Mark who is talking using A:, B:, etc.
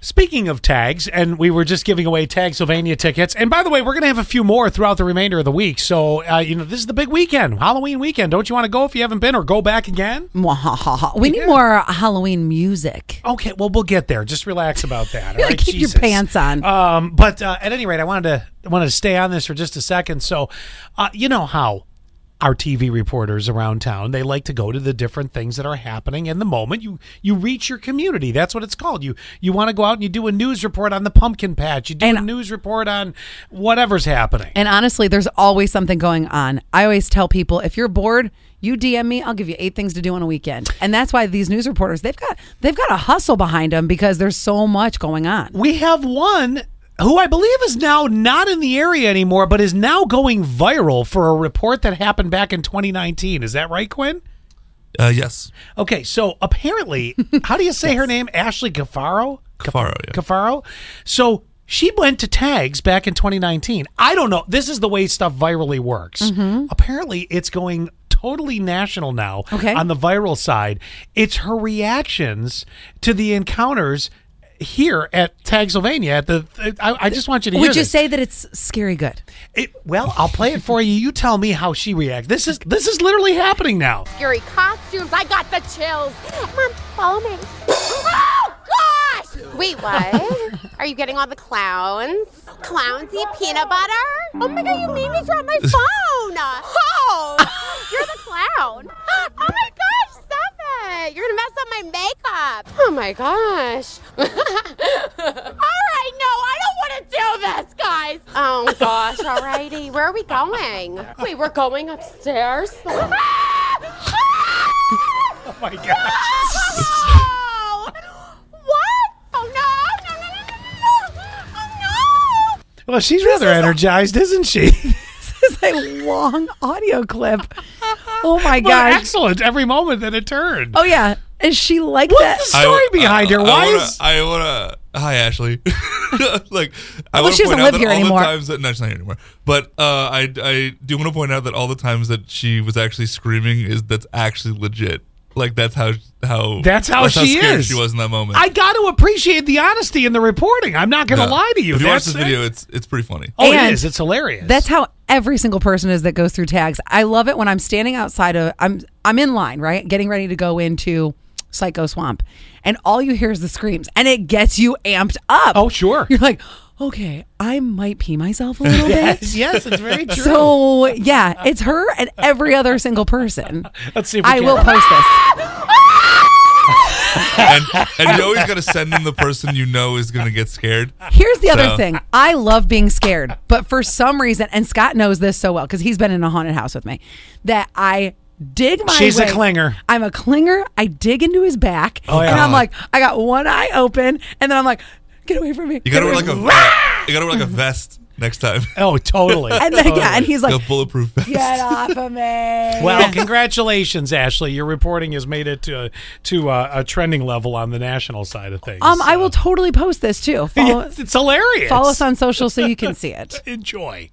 A: Speaking of tags, and we were just giving away Tag Sylvania tickets. And by the way, we're going to have a few more throughout the remainder of the week. So, uh, you know, this is the big weekend, Halloween weekend. Don't you want to go if you haven't been or go back again?
B: Mwahaha. We need more Halloween music.
A: Okay, well, we'll get there. Just relax about that. all
B: gotta
A: right?
B: keep your
A: Jesus.
B: pants on.
A: Um, but uh, at any rate, I wanted to wanted to stay on this for just a second. So, uh, you know how our TV reporters around town they like to go to the different things that are happening in the moment. You you reach your community. That's what it's called. You you want to go out and you do a news report on the pumpkin patch. You do a
B: And-
A: news report on whatever's happening.
B: And honestly, there's always something going on. I always tell people if you're bored, you DM me. I'll give you eight things to do on a weekend. And that's why these news reporters they've got they've got a hustle behind them because there's so much going on.
A: we have one who I believe is now not in the area anymore, but is now going viral for a report that happened back in 2019. Is that right, Quinn?
C: Uh, yes.
A: Okay, so apparently, how do you say her name? Ashley Gaffaro?
C: Cafaro. Yeah.
A: Gaffaro? So she went to tags back in 2019. I don't know. This is the way stuff virally works.
B: Mm-hmm.
A: Apparently, it's going totally national now
B: Okay.
A: on the viral side. It's her reactions to the encounters here at Tagsylvania. At the, I, I just want you to hear
B: Would you
A: this.
B: say that it's scary good?
A: It- well, I'll play it for you. You tell me how she reacts. This is this is literally happening now.
D: scary costumes. I got the chills. Mom, follow me. Oh, gosh! Wait, what? Are you getting all the clowns? Clowns eat peanut butter? Oh my god, you made me drop my phone! Oh! You're the clown. Oh my gosh, stop it! You're gonna mess up my makeup. Oh my gosh. all right, no, I don't want to do this, guys. Oh gosh, alrighty. Where are we going? Wait, we're going upstairs?
A: Oh my god.
D: Oh! What? Oh no! No! No! No! No! no. Oh no!
A: Well, she's rather energized, isn't she?
B: This is a long audio clip. Oh
A: Well,
B: my gosh.
A: excellent every moment that it turned.
B: Oh yeah. Is she like that?
A: What's the story behind her? Why
C: I wanna,
A: is
C: I wanna? Hi, Ashley. like, I
B: Well,
C: want
B: she
C: to
B: doesn't
C: point out
B: live
C: that
B: here
C: all
B: anymore.
C: the times that no, she's not here anymore. But uh, I, I do want to point out that all the times that she was actually screaming is that's actually legit. Like that's how how
A: That's how she
C: scared
A: is.
C: She was in that moment.
A: I got to appreciate the honesty in the reporting. I'm not going to
C: Yeah.
A: lie to you.
C: If you watch
A: That's
C: this video, it's it's pretty funny.
A: Oh, it
B: And
A: is. It's hilarious.
B: That's how every single person is that goes through tags. I love it when I'm standing outside of I'm I'm in line, right? Getting ready to go into Psycho Swamp. And all you hear is the screams and it gets you amped up.
A: Oh, sure.
B: You're like, "Okay, I might pee myself a little bit."
A: yes, it's very true.
B: So, yeah, it's her and every other single person.
A: Let's see if we
B: I
A: can-
B: will post this.
C: and and you always got to send in the person you know is going to get scared.
B: Here's the other
C: So-
B: thing. I love being scared, but for some reason, and Scott knows this so well because he's been in a haunted house with me, that I dig my
A: She's a
B: way-
A: clinger. Oh,
B: I'm a clinger. I dig into his back,
A: yeah.
B: and I'm like, I got one eye open, and then I'm like, get away from me.
C: You got to
B: get away
C: wear like a
B: from me."
C: you got to wear like a vest next time.
A: Oh, totally.
B: and then yeah, and he's
C: Like
B: like,
C: a bulletproof vest.
B: get off of me.
A: Well, congratulations, Ashley. Your reporting has made it to to uh, a trending level on the national side of things.
B: um, I
A: So-
B: will totally post this too. Follow,
A: Yes, it's hilarious.
B: follow us on social so you can see it.
A: Enjoy.